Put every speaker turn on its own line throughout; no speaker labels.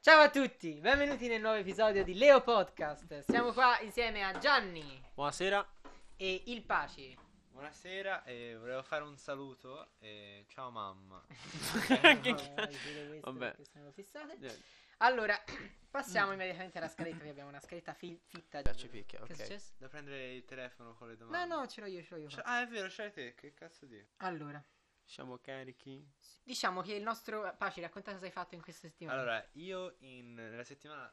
Ciao a tutti, benvenuti nel nuovo episodio di Leo Podcast. Siamo qua insieme a Gianni
Buonasera.
e Il Paci.
Buonasera, eh, volevo fare un saluto. eh, ciao mamma.
Eh,
Che
voglio
ca-
dire questo
Vabbè.
perché siamo fissate.
Niente.
Allora, passiamo immediatamente alla scaletta che abbiamo una scaletta fi- fitta di...
Ah, ci picchia,
Che è
ok.
successo?
Da prendere il telefono con le
No,
domande.
no, ce l'ho io, ce l'ho io.
C'è- ah, è vero, c'hai te. Che cazzo di?
Allora,
Siamo carichi.
diciamo che il nostro... Paci, racconta cosa hai fatto in questa settimana.
Allora, io in- nella settimana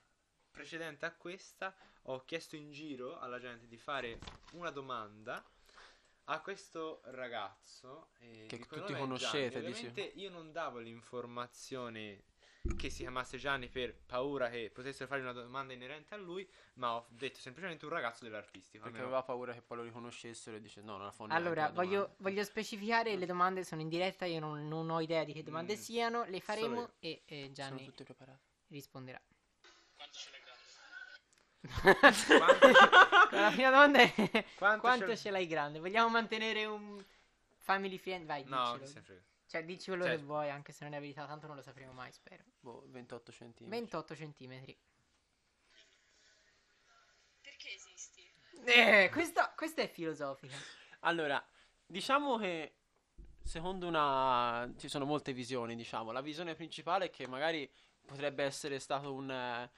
precedente a questa ho chiesto in giro alla gente di fare una domanda a questo ragazzo eh,
Che
di cui il
tutti
nome è
conoscete,
Gianni.
dici?
Ovviamente io non davo l'informazione che si chiamasse Gianni per paura che potessero fare una domanda inerente a lui, ma ho detto semplicemente un ragazzo dell'artistico.
Perché
almeno-
aveva paura che poi lo riconoscessero e dice no, non la fa
Allora,
neanche la
voglio,
domanda.
voglio specificare, le domande sono in diretta, io non, non ho idea di che domande
Mm,
siano, le faremo
io.
e eh,
Sono
Gianni
tutte preparate.
risponderà.
Quanto-
La prima domanda è quanto,
Quanto
ce...
ce-
l'hai grande? Vogliamo mantenere un family friend? Vai,
No, che se
diccelo.
ne frega.
Cioè, dici quello
Cioè-
che vuoi, anche se non è verità, tanto non lo sapremo mai, spero.
Boh, 28 centimetri.
28 centimetri.
Perché esisti?
Eh, questa, questa è filosofica.
Allora, diciamo che secondo una ci sono molte visioni, diciamo. La visione principale è che magari potrebbe essere stato un eh,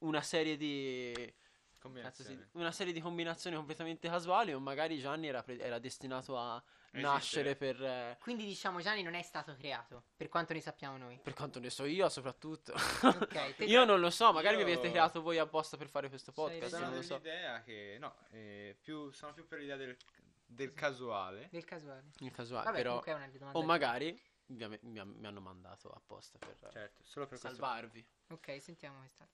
una serie di cazzo si-
Combinazione.
una serie di combinazioni completamente casuali o magari Gianni era, pre- era destinato a
Esistere.
nascere per eh,
Quindi diciamo Gianni non è stato creato, per quanto ne sappiamo noi.
per quanto ne so io, soprattutto.
Ok, te-
Io non lo so, magari
Io-
vi avete creato voi apposta per fare questo
Sei
podcast,
ragione.
non lo
Sono
so.
dell'idea che no, eh, più, sono più per l'idea del, del casuale.
Del casuale.
In casuale,
Vabbè,
Ah, però
comunque è una domanda.
o magari mi, ha- mi ha- mi hanno mandato apposta per eh,
Certo, solo per questo.
salvarvi.
Ok, sentiamo questa.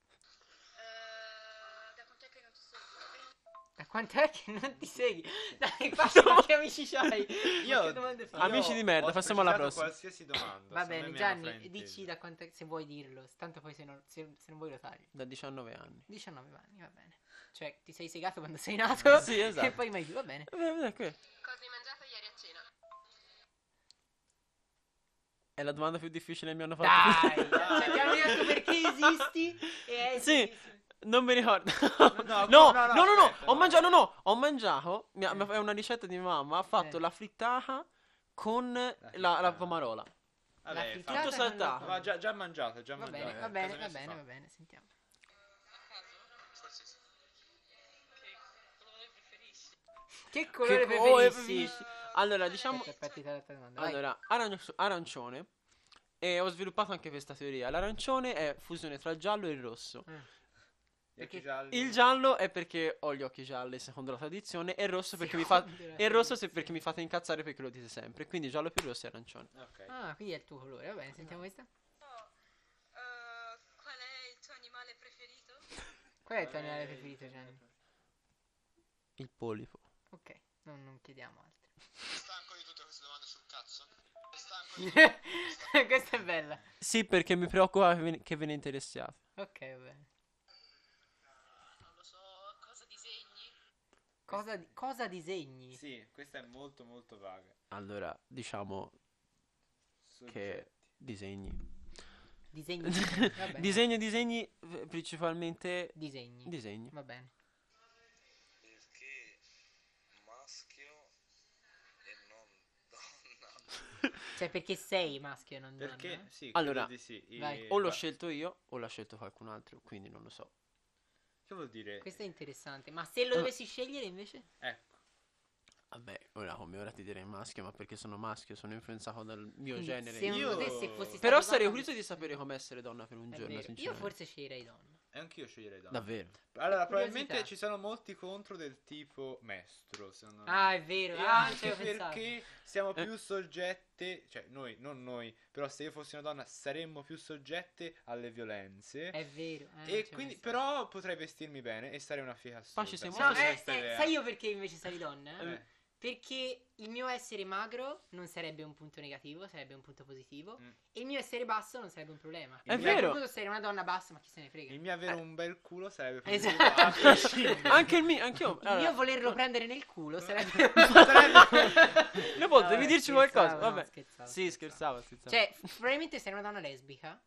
Eh, da quant'è che non ti seguo?
Da quant'è che non ti segui? Dai, basta, ma che amici c'hai?
Io-
Ma che domande fai?
io
Amici di merda,
ho
passiamo alla
specificato
prossima.
qualsiasi domanda.
Va
se a me
bene,
mi hanno
Gianni,
frainteso.
dici da quant'è se vuoi dirlo, tanto poi se non, se, se non vuoi lo tagli.
Da 19 anni.
19 anni, va bene. Cioè, ti sei segato quando sei nato
Sì, esatto.
e poi mai più, va bene.
Vabbè, vabbè, que-
Cosa hai mangiato ieri a cena?
È la domanda più difficile che mi hanno fatto.
Dai, cioè, abbiamo detto perché esisti e è
Sì. Non mi ricordo.
no,
No, no,
no, no,
no, no,
aspetta,
ho
no.
mangiato, no, no, ho mangiato, mi ha-
Eh.
mi ha- è una ricetta di mamma, ha fatto
Eh.
la frittata con la, la,
frittata.
pomarola.
La
Vabbè,
frittata
tutto
non lo-
saltato.
fa- Ma già, già mangiata, già
Va
mangiata.
bene, va
eh,
bene,
cosa
va
ne si
bene,
fa?
va bene, sentiamo.
A caso? Forse sì. Che colore preferisci?
Che colore
Che oh, colore
preferisci?
preferisci? Allora, diciamo,
Aspetta, aspetta, ti farò l'altra domanda. vai.
Allora, arancio- arancione. E ho sviluppato anche questa teoria. L'arancione è fusione tra il giallo e il rosso.
Eh.
Gli occhi
Perché
gialli.
Il giallo è perché ho gli occhi gialli, secondo la tradizione, e il rosso perché mi fa.
Secondo la
E il rosso se-
tradizione.
perché mi fate incazzare perché lo dite sempre. Quindi giallo più rosso e arancione.
Ok.
Ah, quindi è il tuo colore, va bene, sentiamo questa.
No. Eh, qual è il tuo animale preferito?
Qual è il tuo animale
eh,
preferito, Gianni?
Il polipo.
Ok, non, non chiediamo altro.
Stanco di tutte queste domande sul cazzo. Stanco
questa è bella.
Sì, perché mi preoccupa che ve, che ve ne interessiate.
Ok, va bene.
Non lo so, cosa disegni?
Cosa, di- cosa disegni?
eh, Sì, questa è molto molto vaga.
Allora, diciamo che.
Soggetti.
Disegni.
Disegni. va bene.
disegno, disegni, eh, principalmente.
Disegni.
Disegni.
Va bene.
Perché maschio e non donna?
Cioè, perché sei maschio e non donna?
Perché?
eh?
Sì,
Allora,
credo di sì.
vai.
Eh,
O l'ho
va-
scelto io, o l'ha scelto qualcun altro. Quindi non lo so.
Che vuol dire?
Questo è interessante. Ma se lo
Ah.
dovessi scegliere invece?
Ecco.
Vabbè, ora come ora ti direi maschio, ma perché sono maschio, sono influenzato dal mio
Quindi,
genere.
Se non
Io-
potessi, fossi
Però
stato
sarei
donna-
curioso di sapere come essere donna per un
È
giorno,
vero. Io
sinceramente.
forse sceglierei donna.
E anch'io sceglierei donna.
Davvero.
Allora,
Curiosità.
probabilmente ci sono molti contro del tipo mestro, secondo me.
Ah, è vero.
E
Ah, non ci
anche
avevo pensato.
perché siamo
Eh.
più soggette, cioè noi, non noi, però se io fossi una donna saremmo più soggette alle violenze.
È vero. eh, non ci
e
avevo
quindi,
pensato.
però potrei vestirmi bene e sarei una figa
Ma ci
assurda.
sei
Se
molto-
No,
fosse
eh,
questa
eh,
idea.
sai io perché invece sarei donna?
Eh,
Perché il mio essere magro non sarebbe un punto negativo, sarebbe un punto positivo.
Mm.
E il mio essere basso non sarebbe un problema. Cioè,
È
Avrei
vero.
potuto essere una donna bassa, ma chi se ne frega.
Il mio avere un bel culo sarebbe
Eh, Esatto.
positivo, a prescindere.
Anche il mio, anche io.
Il mio volerlo prendere nel culo sarebbe.
Sarebbe-
Leopoldo,
No,
devi
eh,
dirci
scherzavo,
qualcosa.
no,
Vabbè.
scherzavo,
sì,
scherzavo.
scherzavo, scherzavo.
Cioè, f- probabilmente sei una donna lesbica.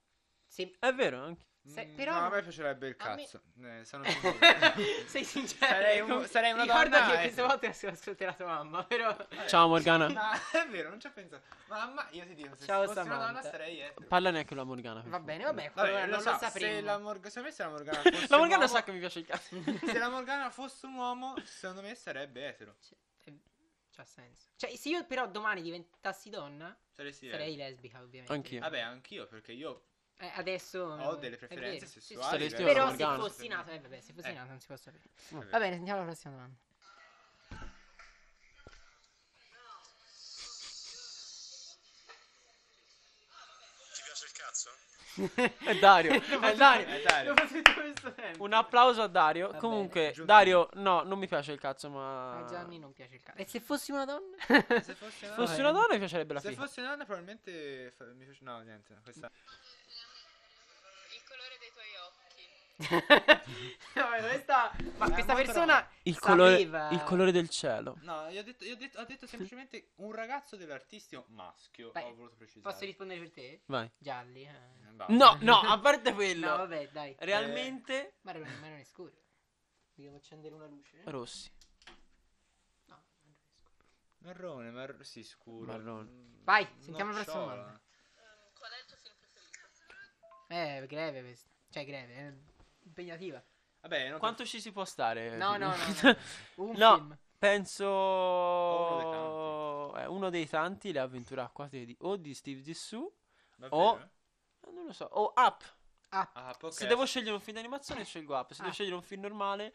Se
È vero, anche.
Se-
Mm,
però
no, a
non-
me piacerebbe il
a me-
cazzo. Eh, sono sincero.
Sei sincero.
Sarei un-
com-
sarei una
Ricorda
donna,
che
eh.
questa volta si ascolterà tua mamma, però.
Ciao Morgana.
No, è vero, non ci ho pensato. Mamma, io ti dico, se
Ciao,
fossi una donna
Samantha.
sarei etero.
Parla neanche la Morgana. per
Va
favore.
bene, va bene,
Vabbè,
allora non
so,
lo
se
sapremo.
la Morgana, secondo me se la Morgana fosse
La
un
Morgana
uomo-
sa che mi piace il cazzo.
Se la Morgana fosse un uomo, secondo me sarebbe etero.
Cioè, eh, C'ha senso. Cioè, se io però domani diventassi donna,
Saresti etero.
sarei lesbica, ovviamente.
Anch'io.
Vabbè, anch'io, perché io
Eh, adesso.
ho delle
è
preferenze
vero, sì, sì.
sessuali.
Saresti
verso
una
Però
la
se
Morgana.
fossi nato, eh, vabbè, se fossi
Eh.
nato non si può sapere.
Vabbè.
Va bene, sentiamo la prossima domanda.
Ti piace il cazzo?
È Dario. È Dario.
Eh, Dario.
Dopo tutto questo tempo.
Un applauso a Dario.
Va
Comunque,
giusto.
Dario, no, non mi piace il cazzo, ma.
A Gianni non piace il cazzo. E se fossi una donna?
Se fosse una
Fossi
Vabbè.
una donna mi piacerebbe la
Se
figa.
fosse una donna, probabilmente fa- mi piace- No, niente, no, questa.
Il colore dei tuoi occhi.
Vabbè, questa- Ma
Eh,
questa
molto
persona
Il colore,
sapeva-
il colore del cielo.
No, io ho detto, io ho detto- ho detto semplicemente un ragazzo dell'artistico maschio.
Beh,
ho voluto precisare.
Posso rispondere per te?
Vai.
Gialli. eh.
Eh, va.
No, no, a parte quello.
No, vabbè, Eh. dai.
Realmente
Ma non, ma non è scuro. Dobbiamo accendere una luce? No,
rossi.
ma non è scuro.
Marrone, mar- sì, scuro.
Marrone.
Mm,
Vai, sentiamo la prossima
nocciola.
domanda.
Ehm, qual è il tuo film preferito?
Eh, greve questa. Cioè, greve. È impegnativa.
Vabbè, non
Quanto ci si può
Eh,
stare?
No, no, no. no, no. Un
No.
film.
Penso
Uno
eh, uno dei tanti le avventure acquate di o di Steve Zissou
davvero?
Oh. eh, non lo so, o Up.
Ah, ok.
Se devo scegliere un film d'animazione scelgo Up, se
Ah.
devo scegliere un film normale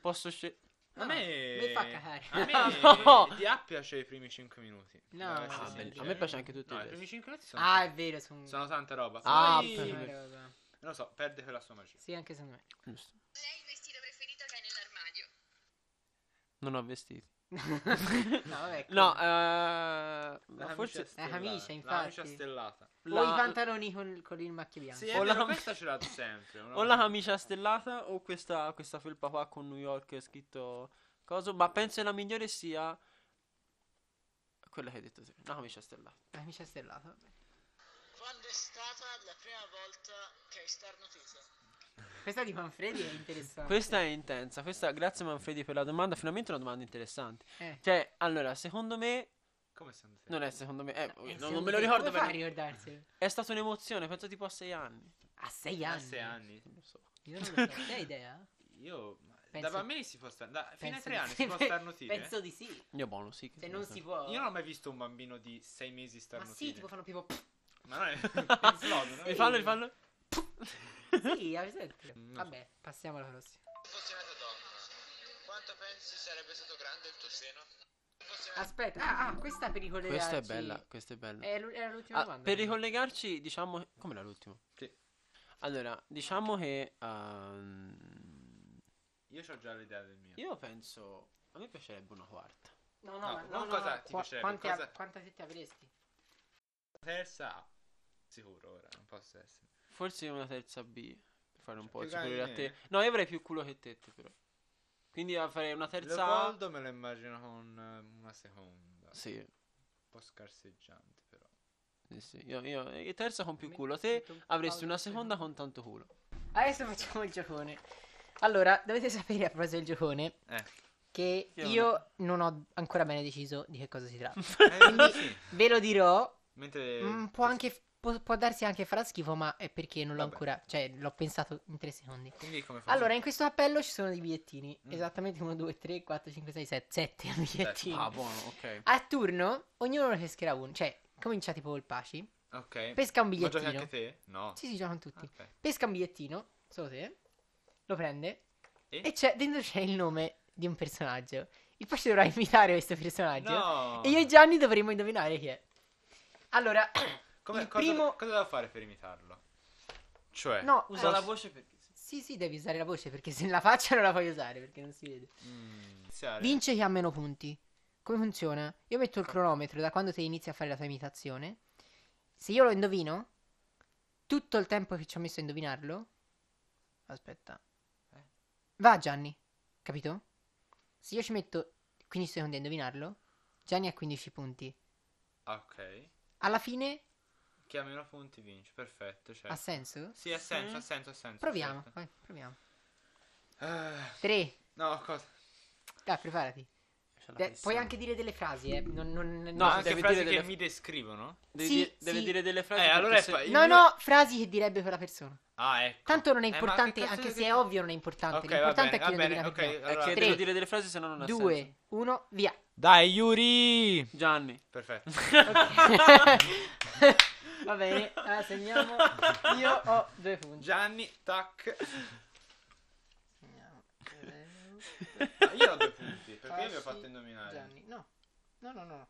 posso scegliere
A me.
Mi fa cagare.
A
No.
me. Di A piace i primi 5 minuti.
No,
Devo
no,
essere
Ah,
sincero.
belli. A me
piace anche tutti e
No, i
due.
primi 5 minuti sono.
Ah, è vero. Sono...
sono tanta roba.
Ah,
Poi,
per-
Non
roba.
lo so, perde quella sua magia.
Sì, anche secondo me.
Giusto.
Qual è il vestito preferito che hai nell'armadio?
Non ho vestiti.
No, ecco. vabbè.
No,
come-
eh, ma
camicia
forse
stellata.
eh, La camicia,
La camicia
infatti.
stellata.
O
la-
i pantaloni con, con il macchio bianco.
Sì, è
O la
vero,
cam-
questa ce l'ha sempre. una-
o la camicia stellata o questa, questa felpa qua con New York scritto coso, ma penso la migliore sia quella che hai detto te, la camicia stellata.
La camicia stellata. vabbè.
Quando è stata la prima volta che hai starnutito?
Questa di Manfredi è interessante.
Questa è intensa, questa grazie Manfredi per la domanda, finalmente una domanda interessante.
Eh.
Cioè, allora, secondo me
Come sono te?
non è secondo me, eh,
Eh,
non- non,
secondo
me lo
te
ricordo
Come fa a
perché-
ricordarsi?
È stata un'emozione, penso tipo a sei anni.
A sei
A
anni.
sei anni.
Non lo so.
Io non lo so. Che idea?
Io. ma
Penso-
Da bambini si può stare. Da... Fino ai
Penso
tre
di
anni
sì.
si può starnutire.
Penso di sì.
Io buono, sì.
Se non si può.
Io non ho mai visto un bambino di sei mesi
Ma
starnutire.
sì, tipo fanno tipo.
Ma non è.
no?
Mi fallo, rifallo.
Sì, hai
Mm,
presente?
Non so.
Vabbè, passiamo alla prossima.
Fossi nata donna, quanto pensi sarebbe stato grande il tuo seno?
Aspetta, ah, ah, questa per ricollegarci.
Questa è bella, questa è bella.
È l'u- era l'ultima
Ah,
Eh, domanda.
per ricollegarci, diciamo. Come era l'ultimo?
Sì.
Allora, diciamo che. ehm,
Io ho già l'idea del mio.
io penso. A me piacerebbe una quarta.
No, no,
No,
ma- no,
non
no,
cosa
no.
ti
Qua-
piacerebbe,
quante,
cosa-
a- quante sette avresti?
Terza A. Sicuro ora, non posso essere.
Forse una terza B. Per fare un po'
Più
il superiore a
grande di
te. No, io avrei più culo che tette, però. Quindi io farei una terza A.
Leopoldo me lo immagino con eh, una seconda.
Sì,
Un po' scarseggiante, però.
sì, sì. Io, io- e terza con più
Me-
culo. Te
metto un po'
avresti una
pausa,
seconda con tanto culo.
Adesso facciamo il giocone. Allora, dovete sapere a proposito del giocone
Eh.
che
Io
io non ho ancora bene deciso di che cosa si tratta.
Eh, sì.
Ve lo dirò,
Mentre.
mm, può anche può, può darsi anche farà schifo, ma è perché non l'ho
Vabbè.
ancora, cioè l'ho pensato in tre secondi.
Quindi come fa?
Allora, in questo cappello ci sono dei bigliettini,
Mm.
esattamente 1 2 3 4 5 6 7 7 bigliettini.
Ah, buono, ok.
A turno ognuno ne pescherà uno, cioè comincia tipo il Paci,
Ok.
pesca un
Ma giochi
bigliettino.
anche te? No. Ah,
Sì, si giocano tutti.
Ok.
Pesca un bigliettino, solo te, lo prende
E?
e c'è, dentro c'è il nome di un personaggio. Il Paci dovrà invitare questo personaggio
No.
e io e Gianni dovremmo indovinare chi è. Allora,
Come,
il
cosa,
primo-
cosa devo fare per imitarlo? Cioè,
no,
Usa
eh,
la voce perché.
Sì, sì, devi usare la voce perché se la faccia non la puoi usare perché non si vede.
mm, iniziare.
Vince chi ha meno punti. Come funziona? Io metto il cronometro da quando te inizi a fare la tua imitazione. Se io lo indovino, tutto il tempo che ci ho messo a indovinarlo. Aspetta.
Eh?
Va Gianni, capito? Se io ci metto 15 secondi a indovinarlo, Gianni ha 15 punti.
Ah, Ok.
Alla fine
Chi ha meno punti vince, perfetto. Cioè.
Ha senso?
sì, ha senso,
Sì.
ha senso, ha senso.
Proviamo,
certo.
vai, proviamo.
Ah,
3.
no, cosa?
Dai, preparati.
C'è Cioè, la
Dai, puoi
pressione.
anche dire delle frasi, eh. Non, non-
No,
No,
non-
anche
devi
frasi
dire
che
delle-
mi descrivono.
Devi,
Sì,
dire, deve
sì.
dire delle frasi.
Eh,
perché
allora è
se-
fa- il
no,
mio-
no, frasi che direbbe quella persona.
Ah, ecco.
Tanto non è
Eh, ma che
importante,
cazzo
anche
di-
se è ovvio non è importante.
Ok, va
L'importante è
bene,
che
va
lo
bene,
indovina chi
ok,
no.
È
allora-
eh, che
Tre,
devo dire delle frasi, se no non ha senso.
2, 1, via.
Dai, Yuri!
Gianni.
Perfetto.
Va bene, allora segniamo. Io ho due punti.
Gianni, tac.
Segniamo.
No, io ho due punti, perché io vi ho
Passi,
fatto indovinare.
Gianni, no. No, no, no. no.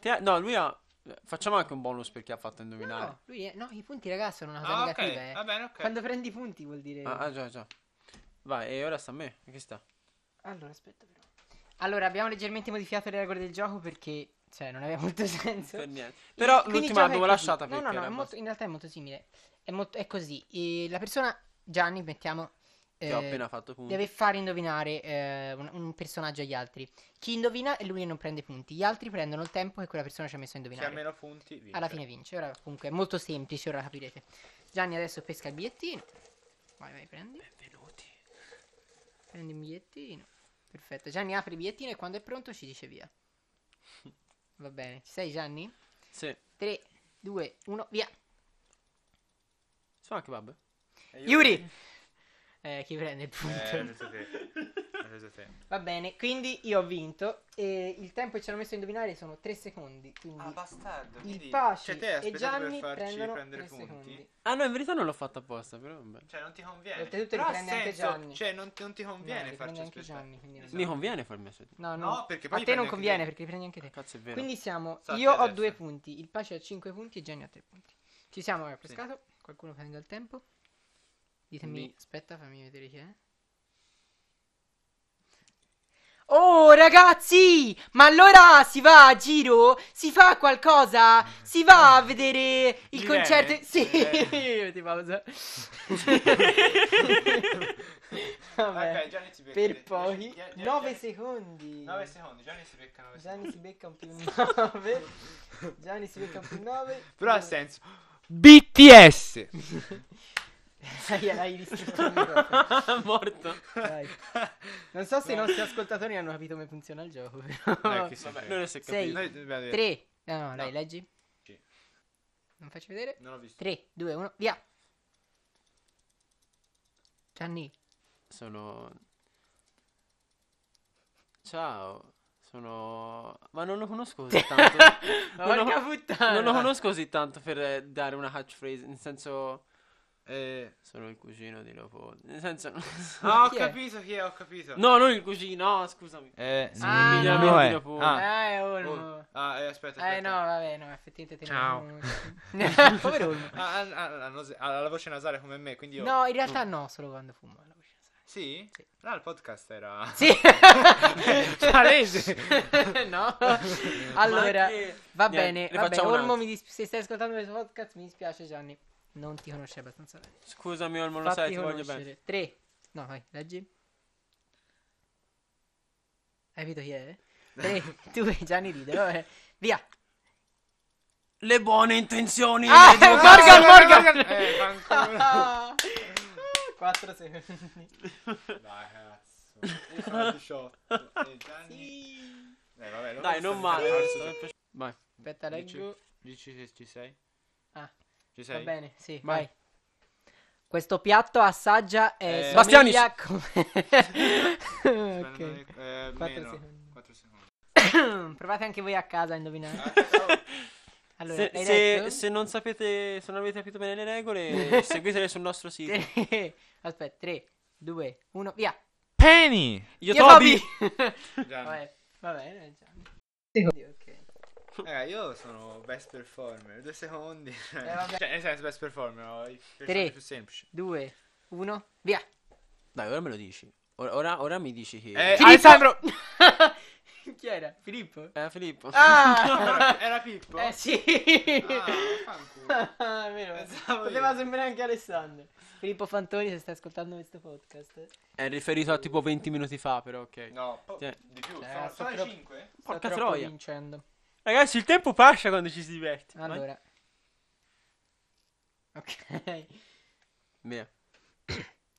Te ha- No, lui ha. Facciamo anche un bonus per chi ha fatto indovinare.
No, lui è- no, i punti, ragazzi, sono una cosa
Ah, ok,
negativa. eh.
va bene, ok.
Quando prendi i punti vuol dire.
Ah, ah, già, già. Vai, e ora sta a me. Che sta?
Allora, aspetta, però. Allora, abbiamo leggermente modificato le regole del gioco perché, cioè, non aveva molto senso.
Per niente. Però
Quindi il
l'ultima
gioco è
l'avevo
così.
lasciata
No,
perché
no, no,
era
è molto-
abbastanza-
in realtà è molto simile. È, molto- è così. E la persona, Gianni, mettiamo,
Che ho
eh,
appena fatto punti.
deve far indovinare eh, un, un personaggio agli altri. Chi indovina è lui che non prende punti. Gli altri prendono il tempo che quella persona ci ha messo a
Chi ha
indovinare.
meno punti vince.
Alla fine vince. Ora, comunque, è molto semplice, ora capirete. Gianni adesso pesca il bigliettino. Vai, vai, prendi.
Benvenuti.
Prendi un bigliettino. Perfetto. Gianni apre il bigliettino e quando è pronto ci dice via. Va bene. Ci sei, Gianni?
Sì.
3, 2, 1, via.
Sono anche babbe.
E io-
Yuri! Eh, chi prende il punto?
Eh, ho preso te. Ho preso te.
Va bene, quindi io ho vinto. E il tempo che ci hanno messo a indovinare sono 3 secondi. Quindi
Ah,
Ah,
bastardo.
il Pasci
cioè, te hai
e
aspettato
Gianni
per farci
prendono
prendere
3
punti?
secondi.
Ah, no, in verità non l'ho fatto apposta, però vabbè.
Cioè, non ti conviene.
Oltretutto
Però ha
riprende anche
senso,
Gianni.
Cioè, non ti, non ti
No,
conviene
li
farci
prende anche
aspettare.
Gianni, quindi
Mi conviene farmi aspettare.
No, no.
No, perché poi
a
li
te
prendi
non
anche
conviene
te.
perché riprendi anche te.
Cazzo, è vero.
Quindi siamo.
Sta a te
io ho
adesso.
due punti. Il Pace ha 5 punti e Gianni ha 3 punti. Ci siamo, abbiamo pescato. Qualcuno prende il tempo. Ditemi.
Di-
Aspetta, fammi vedere chi è. Oh ragazzi, ma allora si va a giro? Si fa qualcosa? Si va a vedere il
Irene?
concerto? Sì,
Eh.
ti pausa.
Ok,
Vabbè,
Gianni si becca.
per pochi 9 secondi.
9 secondi, Gianni si becca 9 secondi.
Gianni si becca un più 9. Gianni si becca un più 9.
Però ha senso. BTS.
Dai, hai distrutto il microfono.
Morto.
Dai. Non so se i nostri ascoltatori hanno capito come funziona il gioco.
Eh, chi se
Vabbè,
frega.
non si è
Sei.
capito.
Noi dobbiamo dire-
3. No, no, dai,
No.
leggi.
Sì.
Non faccio vedere.
Non ho visto.
3, 2, 1, via. Gianni.
Sono. Ciao. Sono. Ma non lo conosco così tanto.
Ma
non,
porca
lo...
puttana.
non lo conosco così tanto per eh, dare una catchphrase. Nel senso.
Eh,
Sono il cugino di Leopoldo. Nel senso. non so.
Ah, ho
Chi è?
capito chi è, ho capito.
No, non il cugino, no, scusami.
Eh,
Ah,
il
no.
miglior amico
Eh.
di Leopoldo. Ah,
Ah, è
oh.
Olmo.
Ah, eh, aspetta, aspetta.
Eh no, vabbè, no, effettivamente te ne
Ciao.
conosco. Povero Olmo.
Ah, ah, ah, la nose- ah, la voce nasale come me, quindi io... Ah.
No, in realtà no, solo quando fuma. la voce nasale.
Sì?
Sì.
No, il podcast era...
Sì.
Palese.
no.
Ma
Allora,
che-
va
Niente,
bene.
ne
Vabbè,
facciamo un
Olmo,
altro.
mi dis- se stai ascoltando questo podcast, mi dispiace Gianni. Non ti conosci abbastanza bene.
Scusami, Olmo, lo
Fatti
sai, ti voglio
conoscere.
bene.
Tre. No, vai, leggi. Hai capito chi è? eh? Tre, due, Gianni ride, vabbè. Via.
Le buone intenzioni.
Ah,
le due-
Morgan, Morgan.
Eh, ancora.
4 secondi.
Dai, cazzo. Io sono 18. E Gianni... Eh, vabbè, lo
Dai,
posso
non
dire.
male.
Adesso
mi è piaciuto. Ah, Vai.
Aspetta,
Dici-
leggo.
Dici se ci sei?
Ah. Va
Ci sei?
bene, sì, vai.
Vai.
Questo piatto assaggia
Eh,
eh,
Bastianis.
somiglia come-
Aspetta,
Ok.
non è- eh,
Quattro
meno.
secondi.
Quattro secondi.
Provate anche voi a casa a indovinare.
Ah,
Allora,
se,
hai
se-
detto?
se non sapete, se non avete capito bene le regole, seguitele sul nostro sito.
Tre- Aspetta, 3, 2, 1, via.
Penny!
Io,
Io,
Toby!
Toby!
ciao. Gianni.
Vabbè, va bene, Gianni. Ok.
Raga, Eh, io sono best performer, due secondi.
Eh, vabbè.
cioè, nel senso, best performer, ho i
Tre.
personaggi più semplici.
2, 1, via.
Dai, ora me lo dici. Ora, ora- ora mi dici che.
Eh,
Alessandro! Chi era? Filippo?
Eh, Filippo.
Ah!
Era, era Pippo?
eh sì!
Ah, fanculo.
Ah, è vero.
Pensavo
Poteva
io.
sembrare anche Alessandro. Filippo Fantoni, se stai ascoltando questo podcast.
È riferito a tipo 20 minuti fa, però, ok.
No, po-
Cioè,
Tieni.
di più.
Eh,
sono
sto
sono
però-
5?
Sto
Porca
troppo
troia. Eh?
vincendo.
Ragazzi, il tempo passa quando ci si diverte. Vai.
Allora, Ok.
Via.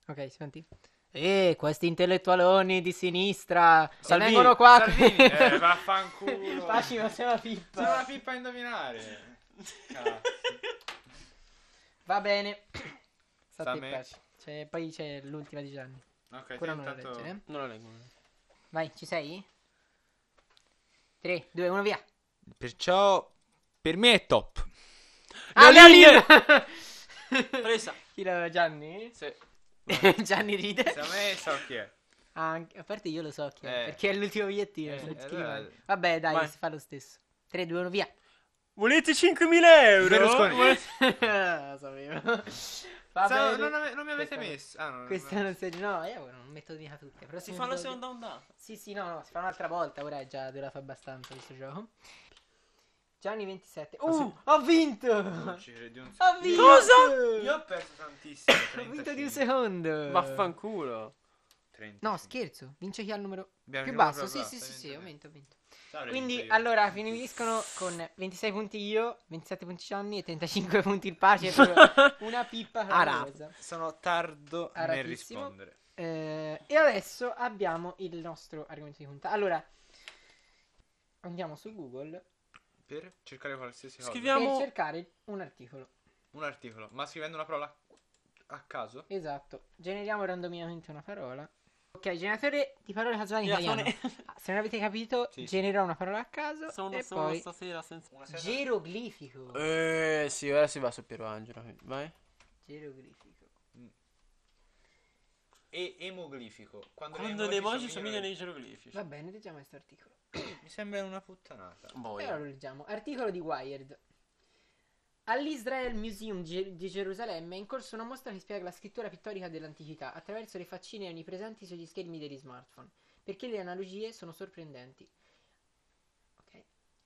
Ok, senti. E questi intellettualoni di sinistra se
Salvini,
vengono qua.
Salvini, eh, vaffanculo.
Facci, ma sei una
Sono una
pippa.
pippa a indovinare. Cioè, Cazzo.
Va bene.
Sta a
State
me.
qua. C'è- poi c'è l'ultima di Gianni.
Ok, te
Quella non la
intanto-
leggere. eh.
Non la leggo. non la leggo.
Vai, ci sei? 3, 2, 1, via.
Perciò per me è top.
Ah,
Leoline!
Leoline!
Presa.
Chi l'aveva Gianni?
Sì.
Gianni ride.
Secondo me so chi è.
Ah, anche- a parte io lo so chi è,
Eh.
perché è l'ultimo bigliettino.
Eh,
non ci
allora-
rimane. Vabbè, dai,
Vai.
si fa lo stesso. 3, 2, 1, via.
Volete 5.000 euro?
Berlusconi.
Volete-
Lo sapevo. Va
Sa-
bene.
non, ave- non mi avete
eh, Questa-
messo. Ah, no,
Questa non sei. No, io non metto di tutte. Però
Si fa la seconda onda.
Sì, sì, no, no, si fa un'altra volta. Ora è già durata abbastanza questo gioco. Gianni 27. Uh, ho vinto!
non
Ho
ci credo di un-
vinto!
Io ho perso tantissimo.
Ho vinto di un
35.
secondo.
Vaffanculo.
35.
No, scherzo, vince chi ha il numero
Abbiamo
più
il numero
basso. Sì,
più
sì, sì, sì, ho vinto, ho vinto.
Avrei
Quindi,
vinto io.
allora, finiscono con 26 punti io, 27 punti Gianni e 35 punti il Pace. proprio una pippa
Ara.
clamorosa.
Sono tardo
Ah,
nel
Aratissimo.
rispondere.
Eh, e adesso abbiamo il nostro argomento di punta. Allora, andiamo su Google
Per cercare qualsiasi cosa.
Scriviamo- Andiamo-
per cercare un articolo.
Un articolo. Ma scrivendo una parola a caso?
Esatto, generiamo randomicamente una parola. Ok, generatore di parole casuali in
Via,
italiano.
sono-
Ah, Se non avete capito,
Sì, sì.
genera una parola a caso
Sono
e
solo
poi
stasera senza...
geroglifico.
Eh, sì, ora si va su Piero Angelo. Vai.
Geroglifico.
E emoglifico. Quando,
Quando le emoji somigliano ai geroglifici.
Va bene, leggiamo questo articolo.
Mi sembra una puttanata. Eh,
E
Voi.
allora lo leggiamo. Articolo di Wired. All'Israel Museum Ge- di Gerusalemme è in corso una mostra che spiega la scrittura pittorica dell'antichità attraverso le faccine onnipresenti sugli schermi degli smartphone, perché le analogie sono sorprendenti. Ok.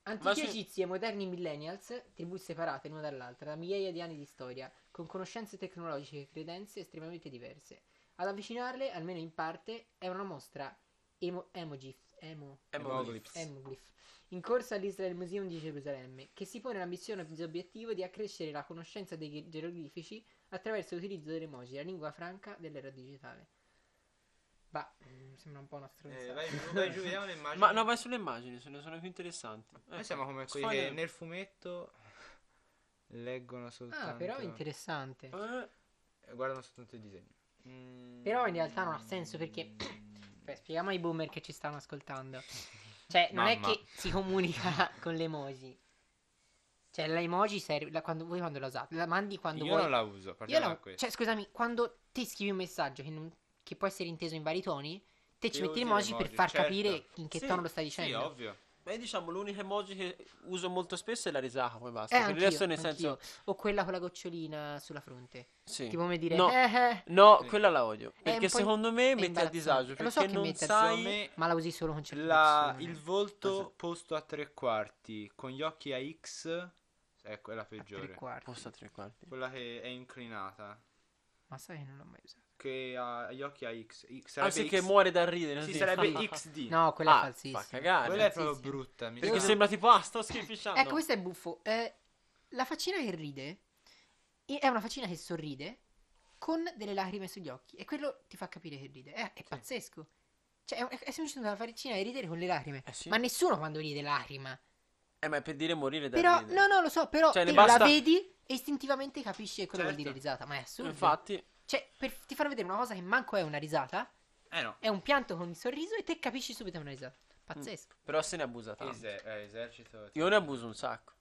Ma
Antichi
se-
egizi e moderni millennials, tribù separate l'una dall'altra da migliaia di anni di storia, con conoscenze tecnologiche e credenze estremamente diverse. Ad avvicinarle, almeno in parte, è una mostra emo- emoji- emo-
Emoglips.
Emglif, in corso all'Israel Museum di Gerusalemme, che si pone l'ambizione obiettivo di accrescere la conoscenza dei ghe- geroglifici attraverso l'utilizzo delle emoji, la lingua franca dell'era digitale. Bah, mm, sembra un po' una stronzata.
Eh, vai, giù, vai giù, vediamo le immagini.
Ma no, vai sulle immagini, sono, sono più interessanti.
Noi
Ecco,
siamo come quelli
sfoglia-
che nel fumetto leggono soltanto.
ah, però è interessante.
Eh,
Guardano soltanto i disegni. Mm.
Però in realtà non ha senso, perché- Beh, spieghiamo ai boomer che ci stanno ascoltando. Cioè, non è
Mamma.
che si comunica con le emoji. Cioè, le emoji serve la- quando, voi quando la usate? La mandi quando
Io
vuoi.
non la uso.
Io
Partiamo
la-
da questo.
cioè, scusami, quando ti scrivi un messaggio che, non- che può essere inteso in vari toni, te ci
Io
metti
uso
l'emoji per
l'emoji,
far
certo.
capire in che
Sì,
tono lo stai
Sì,
dicendo.
ovvio.
Ma io, diciamo, l'unica emoji che uso molto spesso è la risata, poi
eh,
basta. per il
anch'io,
resto, nel senso...
anch'io. O quella con la gocciolina sulla fronte.
Sì.
Tipo come dire,
No.
eh, eh.
No,
Sì.
quella la odio.
un
Perché
po'
secondo me mette a
imbarazzante.
disagio.
Lo so
Perché
che
non
mette a
sai.
Secondo me
ma la usi solo con certe
la-
persone.
il volto
Cosa?
posto a tre quarti con gli occhi a X ecco, è la
A tre
peggiore.
quarti.
Posta tre quarti.
Quella che è inclinata.
Ma sai che non l'ho mai usata.
Che ha gli occhi a X. X sarebbe
Anzi, Ah, che
X-
muore dal ridere.
Sì,
sì.
sarebbe XD.
No, quella
Ah,
è falsissima.
fa cagare.
Quella è proprio
Falsissima.
brutta. Mi
Perché
sa.
sembra tipo, ah, sto schifisciando.
Ecco, questo è buffo. Eh, la faccina che ride i- è una faccina che sorride con delle lacrime sugli occhi e quello ti fa capire che ride. Eh, è pazzesco. Cioè, è, è semplicemente una faccina di ridere con le lacrime.
Eh sì.
Ma nessuno quando ride lacrima.
Eh, ma è per dire morire dal
Però,
ridere.
no, no, lo so, però
Cioè, ne
te la
basta-
vedi e istintivamente capisci che quello vuol
Certo.
dire risata. Ma è assurdo.
Infatti,
Cioè, per ti far vedere una cosa che manco è una risata,
Eh no.
è un pianto con il sorriso e te capisci subito è una risata.
Mm.
Mm.
Pazzesco.
però se ne abusa tanto.
Eser- eh, esercito.
Esatto. Io ne abuso un sacco.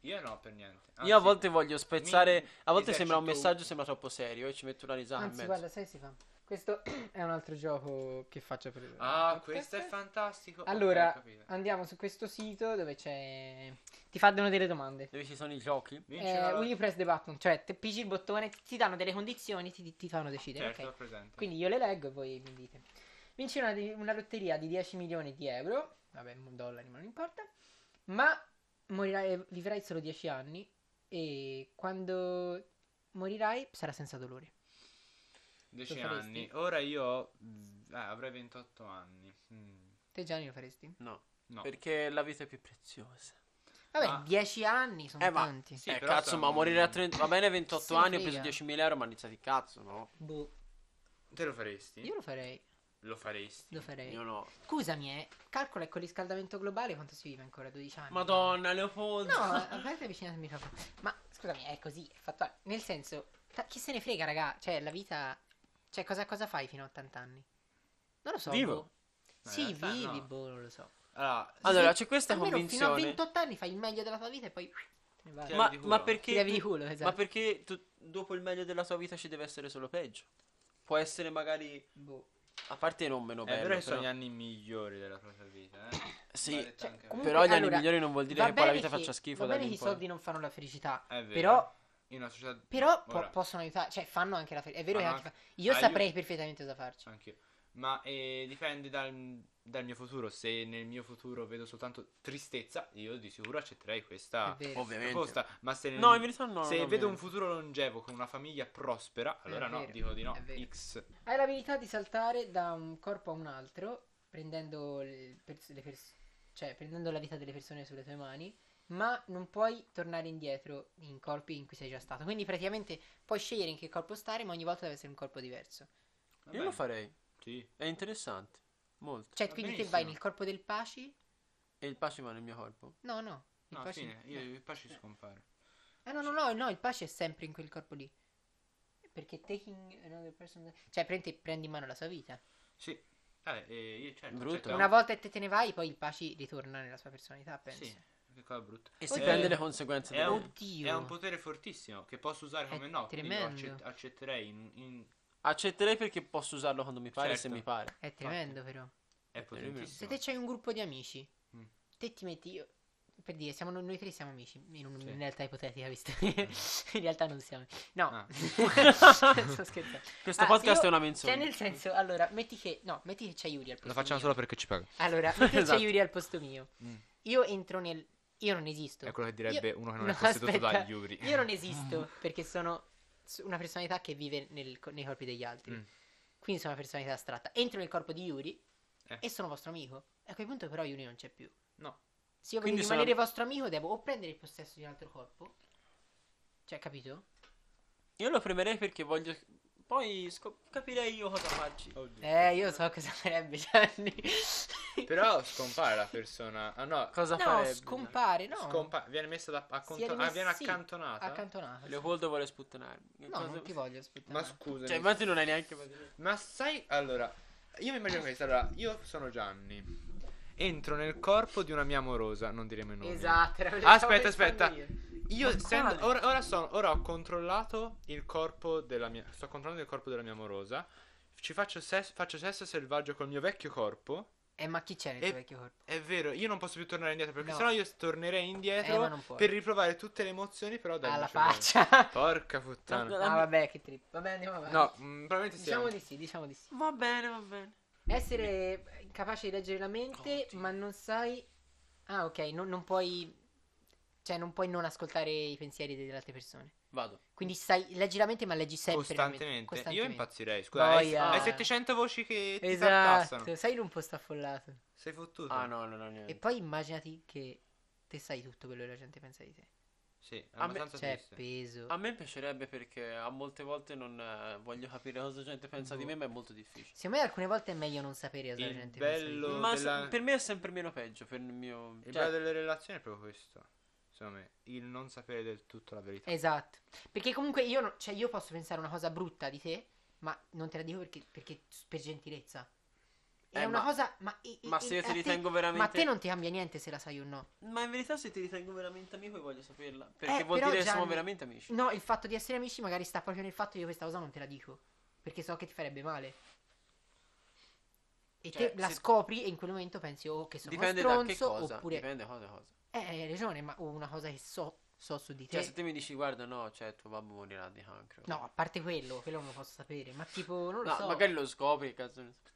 Io no, per niente.
Io a
Anzi,
volte voglio spezzare.
Ah, mi-
A volte sembra un
esercito-
messaggio, sembra troppo serio. E ci metto una
Ah,
risata in
Anzi,
mezzo.
guarda, sai si fa. Questo è un altro gioco che faccio per
Ah,
Ok,
questo è
ok.
fantastico.
Allora, eh,
Ok, ho capito.
andiamo su questo sito dove c'è. Ti fanno delle domande.
Dove ci sono i giochi?
Vince
Eh,
la-
when you press the button, cioè te pigi il bottone, ti danno delle condizioni, ti, ti fanno decidere.
Certo,
ok.
presente.
Quindi io le leggo e voi mi dite. Vinci una, di- una lotteria di 10 milioni di euro. Vabbè, dollari, ma non importa. Ma morirai, vivrai solo 10 anni. E quando morirai sarà senza dolore.
10
lo faresti?
anni. Ora io ho- eh, avrei 28 anni. Mm,
Te Gianni lo faresti?
No.
No.
Perché la vita è più preziosa.
Vabbè,
Ma-
10 anni sono
Eh, ma-
tanti.
Sì,
eh,
però
cazzo,
sono-
ma morire a 30. Va bene, 28
Sì,
anni, ho
figa.
preso 10.000 euro, ma iniziati il cazzo, no?
Boh,
Te lo faresti?
io lo farei.
Lo faresti.
Lo farei.
Io no.
Scusami, eh, calcola il riscaldamento globale quanto si vive ancora? 12 anni.
Madonna, Leopoldo.
Cioè,
No, aspetta vicino al microfono. Ma scusami, è così, è fattuale. Nel senso, ta- chi se ne frega, raga? Cioè, la vita. Cioè, cosa, cosa fai fino a 80 anni? Non lo so.
Vivo.
boh.
Ma in
Sì,
realtà
vivi,
no.
boh, non lo so.
Allora,
Eh, Allora,
Sì,
c'è questa
Almeno fino a
convinzione.
28 anni fai il meglio della tua vita e poi. te ne vai.
Ti
Ma,
levi di
ma
cioè, Ti
culo.
perché.
levi di
tu-
culo, esatto.
Ma perché tu- dopo il meglio della sua vita ci deve essere solo peggio? Può essere magari.
Boh.
A parte non meno
è
bello.
vero che
però-
eh, sono gli anni migliori della propria vita, eh.
Sì,
Va detto
Cioè,
anche
comunque-
però gli anni
allora,
migliori non vuol dire
va
che poi la
bene
vita
che-
faccia schifo.
Va
da
bene
lì
che i
in poi.
soldi non fanno la felicità.
questo. È vero.
Però,
In una società...
però po-
Ora,
possono aiutare. Cioè, fanno anche la felicità. È vero che
Fanno
anche
anche-
fa- Io
Ah, io-
saprei perfettamente cosa farci.
Anch'io. Ma eh, dipende dal, dal mio futuro. Se nel mio futuro vedo soltanto tristezza, io di sicuro accetterei
È
questa
vero.
Ovviamente.
proposta. Ma se, nel-
No, in verità no.
se
no,
vedo
no.
un futuro longevo con una famiglia prospera, allora no,
vero,
dico di no.
è vero.
X.
Hai l'abilità di saltare da un corpo a un altro, prendendo, il pers- le pers- cioè, prendendo la vita delle persone sulle tue mani, ma non puoi tornare indietro in corpi in cui sei già stato. Quindi praticamente puoi scegliere in che corpo stare, ma ogni volta deve essere un corpo diverso.
Va
Io lo
bene.
farei.
Sì.
È interessante. Molto.
Cioè,
Va
quindi te
benissimo.
vai nel corpo del Paci?
E il pace va nel mio corpo.
No, no. Il
No,
Paci...
fine. Io il pace scompare.
Ah, no, no, no, no, il Paci è sempre in quel corpo lì. Perché taking another person... Cioè, prendi, prendi in mano la sua vita.
Sì. Vabbè, eh, io certo.
Brutto.
accetto.
Una volta che te, te ne vai, poi il Paci ritorna nella sua personalità, penso.
Sì. Che cosa brutta.
si
E si
Oddio.
prende le conseguenze.
È
delle-
un-
Oddio.
È un potere fortissimo che posso usare
È
come no. quindi lo
tremendo.
accet- accetterei in- in-
Accetterei perché posso usarlo quando mi pare, se
Certo.
mi pare.
È tremendo, però.
È
Se
potentissimo.
te c'hai un gruppo di amici,
Mm.
te ti metti io. Per dire, siamo, noi tre siamo amici. In, un-
Sì. Mm.
in realtà ipotetica, visto che in realtà non siamo. No,
Ah.
sto scherzando.
Questo
Ah,
podcast
io-
è una menzogna.
Cioè, nel senso, allora, metti che. No, metti che c'è Yuri al posto
Lo facciamo
mio.
solo perché ci paga.
Allora, metti che c'è
Esatto.
Yuri al posto mio.
Mm.
Io entro nel. Io non esisto.
È quello Ah. che direbbe
Io-
uno che non
No,
è costituito da
aspetta.
Yuri.
Io non esisto perché sono s- una personalità che vive nel co- nei corpi degli altri.
Mm.
Quindi sono una personalità astratta. Entro nel corpo di Yuri
Eh.
e sono vostro amico. A quel punto però Yuri non c'è più.
No.
Se io voglio
Quindi
rimanere
sono-
vostro amico devo o prendere il possesso di un altro corpo. Cioè, capito?
Io lo premerei perché voglio. Poi scop- capirei io cosa farci.
Eh, io so cosa farebbe Gianni.
Però scompare la persona. Ah no,
Cosa
no,
farebbe?
scompare, no.
scompa- viene messa da accanto-
Si è
ah, viene
rimessa- sì,
accantonata.
Accantonato. sì.
Leopoldo vuole sputtanarmi. Che
No,
cosa-
non ti voglio aspettare.
Ma scusami.
Cioè, infatti non hai neanche.
Ma sai, allora, io mi immagino questo. Allora, io sono Gianni. Entro nel corpo di una mia amorosa, non diremo i nomi.
Esatto. era quello che
Aspetta,
stavo pensando
aspetta.
io.
Io
Ma
essendo-
quale?
ora, ora sono- ora ho controllato il corpo della mia. Sto controllando il corpo della mia amorosa. Ci faccio, ses- faccio sesso selvaggio col mio vecchio corpo.
Eh, ma chi c'è nel
E-
tuo vecchio corpo?
È vero, io non posso più tornare indietro perché
No.
sennò io tornerei
Eh, ma
indietro
non puoi.
per riprovare tutte le emozioni, però dal
Alla
mio cervello.
faccia.
Porca puttana.
Ah, vabbè, che trip. Vabbè, andiamo avanti.
No, mm, probabilmente
Diciamo
siamo.
di sì, diciamo di sì.
Va bene, va bene.
Essere capace di leggere la mente, ma non sai. Ah, ok, non, non puoi. Cioè, non puoi non ascoltare i pensieri delle altre persone.
Vado.
Quindi sai, leggi la mente, ma leggi sempre. la mente.
eh, Costantemente. Io
Costantemente.
impazzirei. Scusa, hai,
Boia.
hai 700 voci che ti
Esatto,
tartassano.
sai in un posto affollato.
Sei fottuto.
Ah, no, no, no. Niente.
E poi immaginati che te sai tutto quello che la gente pensa di te.
Sì,
A me-
abbastanza
Cioè,
triste.
peso.
A me piacerebbe perché a molte volte non eh, voglio capire cosa la gente pensa di me,
Boh.
ma è molto difficile.
Secondo me alcune volte è meglio non sapere cosa la
Il
gente pensa di
bello-
te.
Ma se-
Boh, della-
per me è sempre meno peggio. Per il mio. cioè,
Il bello delle relazioni è proprio questo. Secondo me, il non sapere del tutto la verità.
Esatto. Perché comunque io, non- cioè, io posso pensare una cosa brutta di te, ma non te la dico perché, perché per gentilezza. È
Eh,
una
ma-
cosa. Ma, e- e-
ma se
e-
io ti
a te- Ma
ritengo
a
veramente.
te non ti cambia niente se la sai o no.
Ma in verità se ti ritengo veramente amico e voglio saperla. Perché
Eh,
vuol
però,
dire che siamo
Gianni- mm,
veramente amici.
No, il fatto di essere amici magari sta proprio nel fatto che io questa cosa non te la dico. Perché so che ti farebbe male. E
Cioè,
te la
se-
scopri e in quel momento pensi, oh, che sono
Dipende
uno
da che
stronzo.
cosa.
Oppure,
Dipende cosa cosa.
eh, hai ragione, ma ho una cosa che so, so su di te.
Cioè, se te mi dici, guarda, no, cioè, tuo babbo morirà di cancro.
No, a parte quello, quello non lo posso sapere. Ma tipo, non lo
No,
so.
magari lo scopri, cazzo. ne so.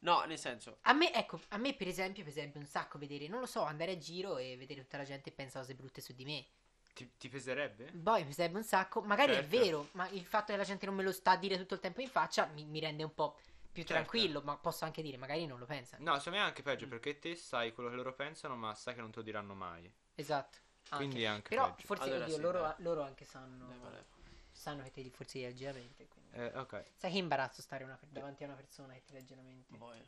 No, nel senso,
A me, ecco, a me per esempio piacerebbe un sacco vedere, non lo so, andare a giro e vedere tutta la gente che pensa cose brutte su di me.
Ti, ti peserebbe?
Poi mi piacerebbe un sacco, magari è
Certo.
vero, ma il fatto che la gente non me lo sta a dire tutto il tempo in faccia mi, mi rende un po' più
Certo.
tranquillo, ma posso anche dire, magari non lo pensano.
No, secondo me è anche peggio
Mm.
perché te sai quello che loro pensano, ma sai che non te lo diranno mai.
Esatto. Anche.
Quindi anche
Però
peggio.
forse
Allora
oddio,
sì,
loro,
dai.
loro anche sanno.
Dai, vale.
sanno che ti li- forse ti leggi la mente. quindi.
Eh, ok.
Sai che imbarazzo stare una- davanti a una persona che ti legge la mente.
Boia.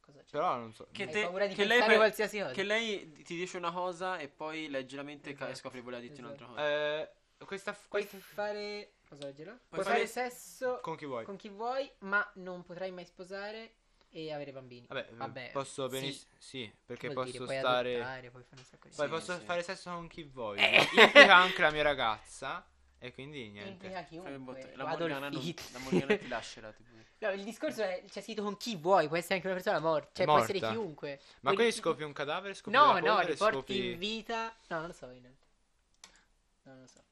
Cosa c'è?
Però non so.
Boh. Che
Hai
te-
paura di
che lei
pensare
pe-
qualsiasi cosa.
Che lei ti dice una cosa e poi legge la mente e ca- e
Esatto,
scopre che voleva dirti
esatto.
un'altra cosa.
Eh, questa,
Puoi
questa
fare. Cosa leggelo? Puoi
Puoi
fare
fare-
sesso
con chi vuoi.
con chi vuoi, ma non potrai mai sposare e avere bambini.
Vabbè, eh,
Vabbè,
posso
sì.
benissimo. Sì. perché
Vuol
Ah, posso
dire, puoi
stare.
adottare, puoi fare un sacco di
Poi
Sì,
posso
sì.
fare sesso con chi voglio.
Eh.
Implica anche la mia ragazza. E quindi niente.
Implica
Fai un
chiunque.
botte- La Morgana, non,
Adolf
la
Hitler.
Morgana ti lascerà. Tipo.
No, il discorso è, c'è scritto con chi vuoi, può essere anche una persona morta, cioè può essere
Morta.
chiunque.
Ma
Puoi-
quindi scopi un cadavere? Scopi
No,
la
no,
polvere,
li porti
scopi-
in vita. No, non lo so, in realtà. No, non lo so,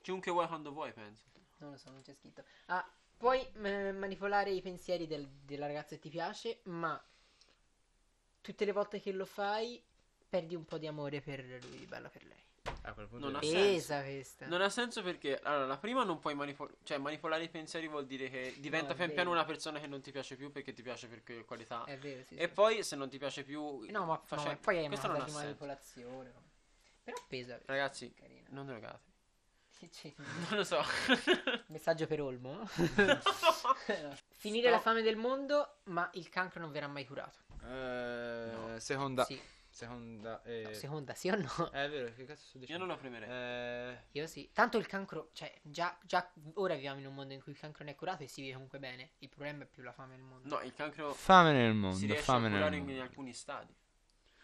Chiunque vuoi quando vuoi, penso.
non lo so, non c'è scritto. Ah, puoi eh, manipolare i pensieri del- della ragazza che ti piace, ma tutte le volte che lo fai perdi un po' di amore per lui, bella per lei.
A quel punto
Non ha
sì.
senso.
Pesa questa.
Non ha senso perché, allora, la prima non puoi manipolare, cioè manipolare i pensieri vuol dire che diventa
No, è
pian piano
vero.
una persona che non ti piace più perché ti piace per que- qualità.
È vero, sì.
e
sì.
poi se non ti piace più...
No, ma,
fa-
no,
cioè,
ma poi è una
questo non
cosa
ha
di
senso.
manipolazione. no? Però pesa.
Ragazzi,
Carina.
non drogate.
Che c'entra?
Non lo so.
Messaggio per Olmo. Finire la fame del mondo, ma il cancro non verrà mai curato.
Eh, Seconda.
Sì,
Seconda. eh,
no, seconda, sì o no?
Eh, È vero, che cazzo sto
Io
dicendo?
non lo premerei.
Eh,
Io sì. Tanto il cancro, cioè, già, già ora viviamo in un mondo in cui il cancro non è curato e si vive comunque bene. Il problema è più la fame del mondo.
No, il cancro
Fame nel
si
mondo,
riesce
fame
a
nel
curare in,
mondo.
in alcuni stadi.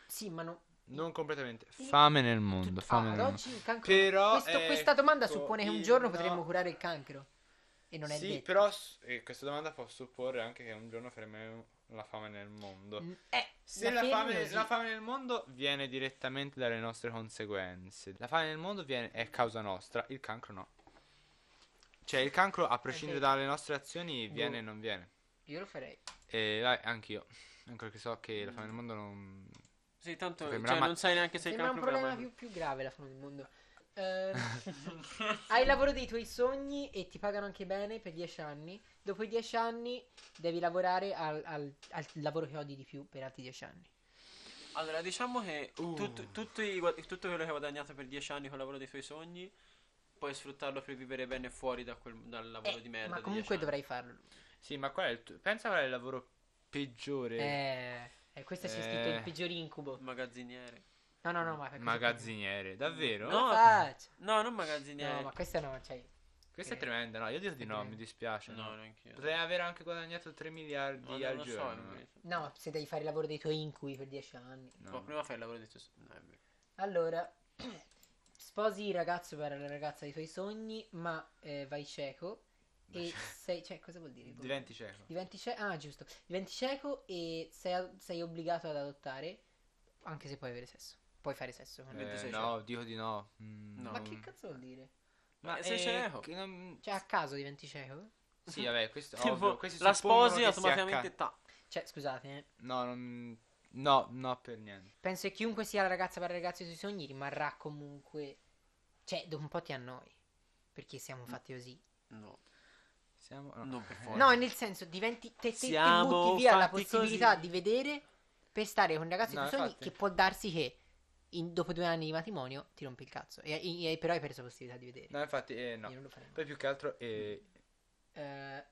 Sì, ma non.
non completamente.
Fame nel mondo,
Ah,
fame
ad
nel mondo.
oggi il cancro.
Però,
questo- questa
ecco,
domanda suppone che un giorno
il-
potremmo
no.
curare il cancro. E non è
sì,
detto.
però s- eh, questa domanda può supporre anche che un giorno faremo la fame nel mondo.
Mm, Eh,
Se la,
fermi
fame,
così.
la fame nel mondo viene direttamente dalle nostre conseguenze, la fame nel mondo viene- è causa nostra, il cancro no. Cioè, il cancro, a prescindere
vero.
dalle nostre azioni, viene
Boh.
e non viene.
Io lo farei.
E vai, anch'io. Anche perché so che la fame nel mondo
Mm.
non.
Sì, tanto
Sembra
cioè,
ma-
non sai neanche se il
Sembra un
cancro verrà
problema
mai-
più, più grave la fame del mondo. Eh, hai il lavoro dei tuoi sogni e ti pagano anche bene per 10 anni. Dopo i 10 anni devi lavorare al, al- al lavoro che odi di più per altri 10 anni.
Allora, diciamo che
Uh.
tutto, tutto i guad- tutto quello che hai guadagnato per 10 anni col lavoro dei tuoi sogni, puoi sfruttarlo per vivere bene fuori da quel- dal lavoro
Eh,
di merda.
ma
di
comunque
10 anni.
dovrai farlo.
Sì, ma qual è il. tu- Pensa qual è il lavoro peggiore.
Eh, eh, questo c'è scritto
Eh.
il peggior incubo.
Magazziniere.
No, no, no, ma così-
Magazziniere, davvero?
Non lo
Ah, No.
faccio.
No, non
No,
magazziniere.
ma questa no, cioè,
Questa
Eh.
è tremenda, no? Io dico di no,
Ok.
mi dispiace.
No,
no.
neanche io.
Potrei aver anche guadagnato 3
No,
miliardi
non
al
lo so, in
giorno.
verità.
no, se devi fare il lavoro dei tuoi incubi per 10 anni.
No.
Ma prima fai il lavoro dei tuoi sogni. No, è vero.
Allora, sposi il ragazzo per la ragazza dei tuoi sogni, ma eh, vai cieco e sei... Cioè, cosa vuol dire?
Diventi cieco.
Diventi cieco... Ah, giusto. Diventi cieco e sei, sei obbligato ad adottare, anche se puoi avere sesso. Puoi fare sesso con lui.
diventi
Eh,
sei
no, dico di no. Mm,
No.
Ma che cazzo vuol dire?
Eh, sei
eh,
cieco.
che non-
Cioè, a caso diventi cieco?
Sì, vabbè, questo
Tipo,
ovvio, questi
la
suppongono
sposi
che sia
automaticamente
acca-
ta.
Cioè, scusate, eh.
No, non... No, no per niente.
Penso che chiunque sia la ragazza per il ragazzo dei tuoi sogni rimarrà comunque... Cioè, dopo un po' ti annoi. Perché siamo fatti così.
No,
Siamo... No.
non per forza.
No, nel senso, diventi te, te, ti
Siamo
butti via la
fatti
possibilità
così.
di vedere per stare con un ragazzo
No,
di tuoi sogni
infatti.
che può darsi che in- dopo due anni di matrimonio ti rompi il cazzo. E, e- e- però hai perso la possibilità di vedere.
No, infatti, eh,
Io
no.
non lo farei mai.
Poi più che altro, eh,
Eh,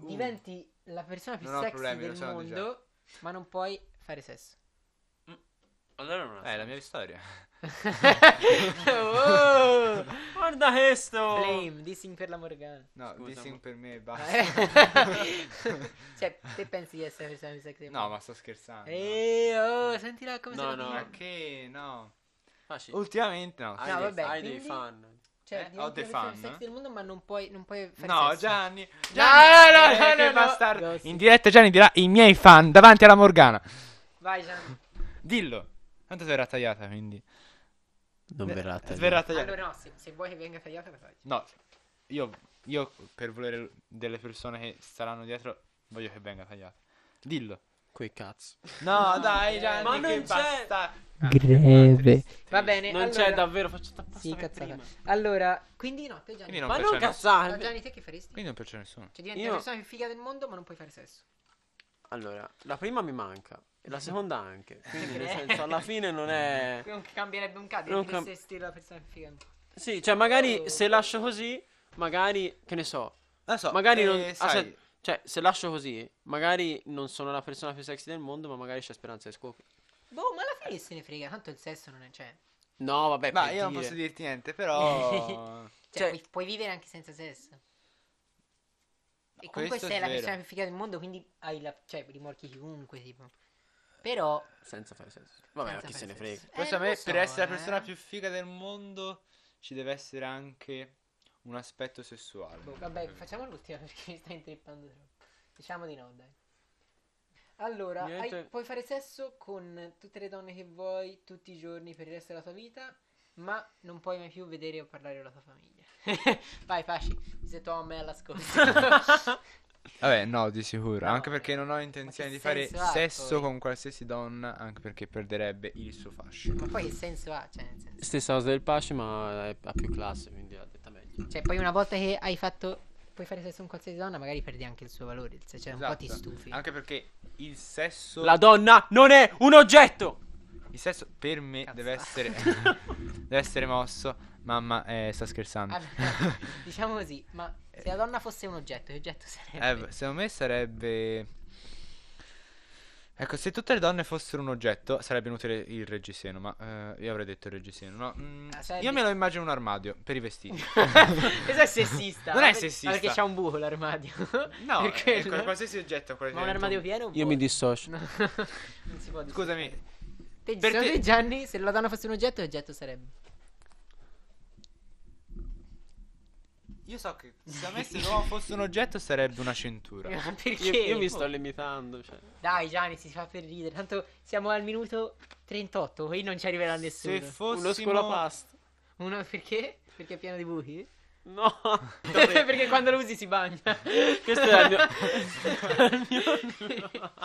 Uh.
diventi la persona più
Non ho
sexy
problemi, lo
del
sanno già.
mondo, ma non puoi fare sesso.
Allora non ha
eh, è la
senso.
mia storia.
oh!
Guarda
Oh.
questo!
Blame, dissing per la Morgana.
No,
Scusa,
dissing
ma-
per me e
Ah,
basta.
eh. cioè, te pensi di essere la persona più sexy del
No,
mondo?
ma sto scherzando.
Eh.
Ehi, oh, sentila come
No,
se la
no.
prima-
Ma che... No.
Facile.
Ultimamente no.
hai
No,
dei,
vabbè,
hai
quindi-
dei fan.
Cioè,
Eh,
diventi
ho
la
dei
persona più
fan,
sexy
eh.
del mondo, ma non puoi, non puoi fare
No,
sesso.
Gianni.
no,
Gianni,
no,
eh, che
no,
bastardo.
no. No, sì.
In diretta Gianni dirà i miei fan davanti alla Morgana.
Vai, Gian.
Dillo. Tanto verrà tagliata, quindi.
Non verrà
Verrà tagliata.
Allora, no, se, se vuoi che venga tagliata, la tagli.
No, io, io per volere delle persone che staranno dietro voglio che venga tagliata. Dillo.
Quei cazzo.
No, dai, Gianni,
Ma non
che
c'è-
basta.
Ah,
Greve. Va bene,
bene
Non
Eh, allora...
c'è davvero, faccio tappa
Sì, cazzata.
prima.
Allora, quindi no, te Gianni.
Quindi non
Ma
piace
non
a nessuno.
No,
cazzare.
Gianni, te che faresti?
Quindi non piace a nessuno.
Cioè, diventi
Io-
la persona più figa del mondo, ma non puoi fare sesso.
Allora, la prima mi manca. E
Eh.
la seconda anche. Quindi, nel senso, alla fine non è.
Non cambierebbe un cazzo,
Non
anche
cam-
se stile la persona è figa un po'.
Sì, cioè,
Oh.
magari se lascio così, magari. Che ne so.
Non so,
Magari
eh,
ah,
non-
sai,
aspetta. Cioè, se lascio così, magari non sono la persona più sexy del mondo, ma magari c'è speranza di scopo.
Boh, ma alla fine se ne frega, tanto il sesso non è... Cioè,
No,
eh,
vabbè,
Ma
per
io non
dire.
posso dirti niente, però...
cioè,
Cioè-
puoi, puoi vivere anche senza sesso. E comunque
questo è
sei la
vero.
persona più figa del mondo, quindi hai la... Cioè, rimorchi chiunque, tipo. Però...
Senza fare sesso. Vabbè, ma
senza
chi se ne
fare
frega.
sesso. Eh,
Questo a
non lo
me,
so,
per essere
eh.
la persona più figa del mondo, ci deve essere anche un aspetto sessuale. Eh.
Boh, vabbè, facciamo l'ultima perché mi stai intrippando troppo. Diciamo di no, dai. Allora, hai-
Niente.
puoi fare sesso con tutte le donne che vuoi, tutti i giorni per il resto della tua vita, ma non puoi mai più vedere o parlare con la tua famiglia. Vai, Pasci, se tu a me all'ascolto.
Vabbè, no, di sicuro.
No,
anche perché
eh.
non ho
Ma
intenzione
che
di fare
senso ha,
sesso
poi?
con qualsiasi donna, anche perché perderebbe il suo fascino.
ma poi che senso ha? Cioè, nel senso-
Stessa cosa del Pace, ma è- ha più classe, quindi ha detta meglio.
cioè, poi una volta che hai fatto... Puoi fare sesso con qualsiasi donna, magari perdi anche il suo valore. Cioè, un po' ti
Esatto.
stufi.
Anche perché il sesso,
La donna non è un oggetto!
il sesso per me
Cazzo.
deve essere deve essere mosso. Mamma, eh, sta scherzando.
Allora, diciamo così, ma se la donna fosse un oggetto, che oggetto
Eh,
sarebbe?
beh, secondo me sarebbe Ecco, se tutte le donne fossero un oggetto, sarebbe inutile il reggiseno, ma eh, io avrei detto il reggiseno, no? Mm,
Ah, sarebbe-
io me lo immagino un armadio per i vestiti.
Questo è sessista.
Non
Ma
è
per-
sessista.
ma Perché c'ha un buco l'armadio.
No,
Per
eh,
quello.
qualsiasi oggetto, qualsiasi
Ma un armadio pieno?
Io mi dissocio.
No. non si può dire.
Scusami,
Te,
per
secondo
te-
te, Gianni, se la donna fosse un oggetto, che oggetto sarebbe?
Io so che se a me se l'uomo fosse un oggetto sarebbe una cintura.
perché?
Io, io mi sto limitando. Cioè.
Dai, Gianni, si fa per ridere. Tanto siamo al minuto 38, qui non ci arriverà nessuno.
Se fossimo
Uno scolapasta.
Uno perché? Perché è pieno di buchi?
No.
perché quando lo usi si bagna.
Questo era il mio...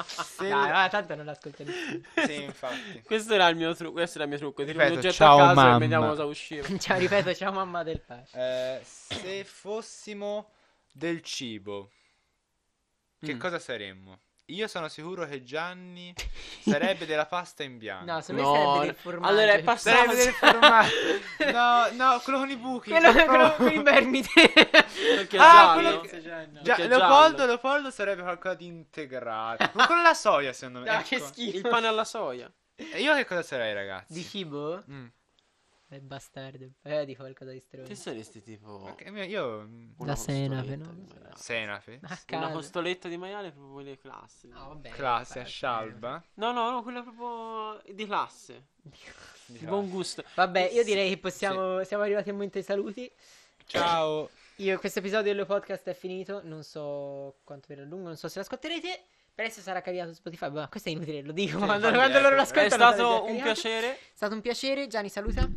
se-
Ah, Dai, ma tanto non l'ascolta nessuno.
Sì, infatti.
Questo era il mio trucco. Questo era il mio trucco. Tiro
Ripeto,
un oggetto
ciao,
a caso
mamma.
e vediamo cosa usciva.
Ciao, ripeto, ciao mamma del pace.
Eh, se fossimo del cibo, che
Mm.
cosa saremmo? Io sono sicuro che Gianni sarebbe della pasta in bianco.
No, secondo me sarebbe
no.
del formaggio.
Allora, è passato-
Sarebbe del formaggio. No, no, quello con i buchi.
Quello,
per
quello
favore.
con i vermiti.
Perché
Ah,
giallo.
quello che- Gia-
Perché è
Leopoldo,
giallo.
Leopoldo sarebbe qualcosa di integrato. Ma con la soia, secondo me.
Dai, che
ecco.
schifo.
Il pane alla soia.
E Io che cosa sarei, ragazzi?
Di cibo?
Mm.
È bastardo. Eh, di qualcosa di stronzo.
Che saresti tipo.
Perché mio- io. mm,
una
La senape,
costoletta
no?
di maiale.
Senafe.
A
Una
caso.
costoletta di maiale proprio quelle classiche.
No, Ah, vabbè,
Classe,
infatti,
scialba.
No, no, no, quella proprio di
Ah,
classe. Di buon gusto.
eh. Vabbè, io direi che possiamo. Siamo arrivati al momento dei saluti.
Ciao.
Io, questo episodio del podcast è finito. Non so quanto verrà lungo, non so se l'ascolterete. Per adesso sarà caricato su Spotify. Ma questo è inutile, lo dico. Quando,
infatti,
quando
ecco,
loro
è
l'ascoltano.
È
sarà già
stato un
caricato.
piacere.
È stato un piacere. Gianni, saluta.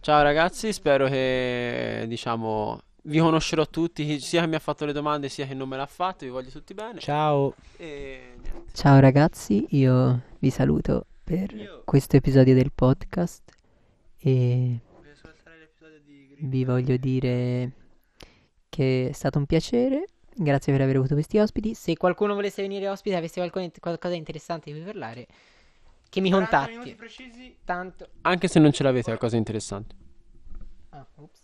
Ciao ragazzi, spero che diciamo vi conoscerò tutti, chi- sia che mi ha fatto le domande sia che non me l'ha fatto, vi voglio tutti bene.
Ciao.
E niente.
Ciao ragazzi, io vi saluto per
Io-
questo episodio del podcast e
Voglio ascoltare l'episodio di Green.
vi voglio dire che è stato un piacere, grazie per aver avuto questi ospiti, se qualcuno volesse venire ospite e avesse qualcuno- qualcosa di interessante di cui parlare, che mi
40 minuti
contatti.
precisi
Tanto...
Anche se non ce l'avete, è una cosa interessante.
Ah, ops.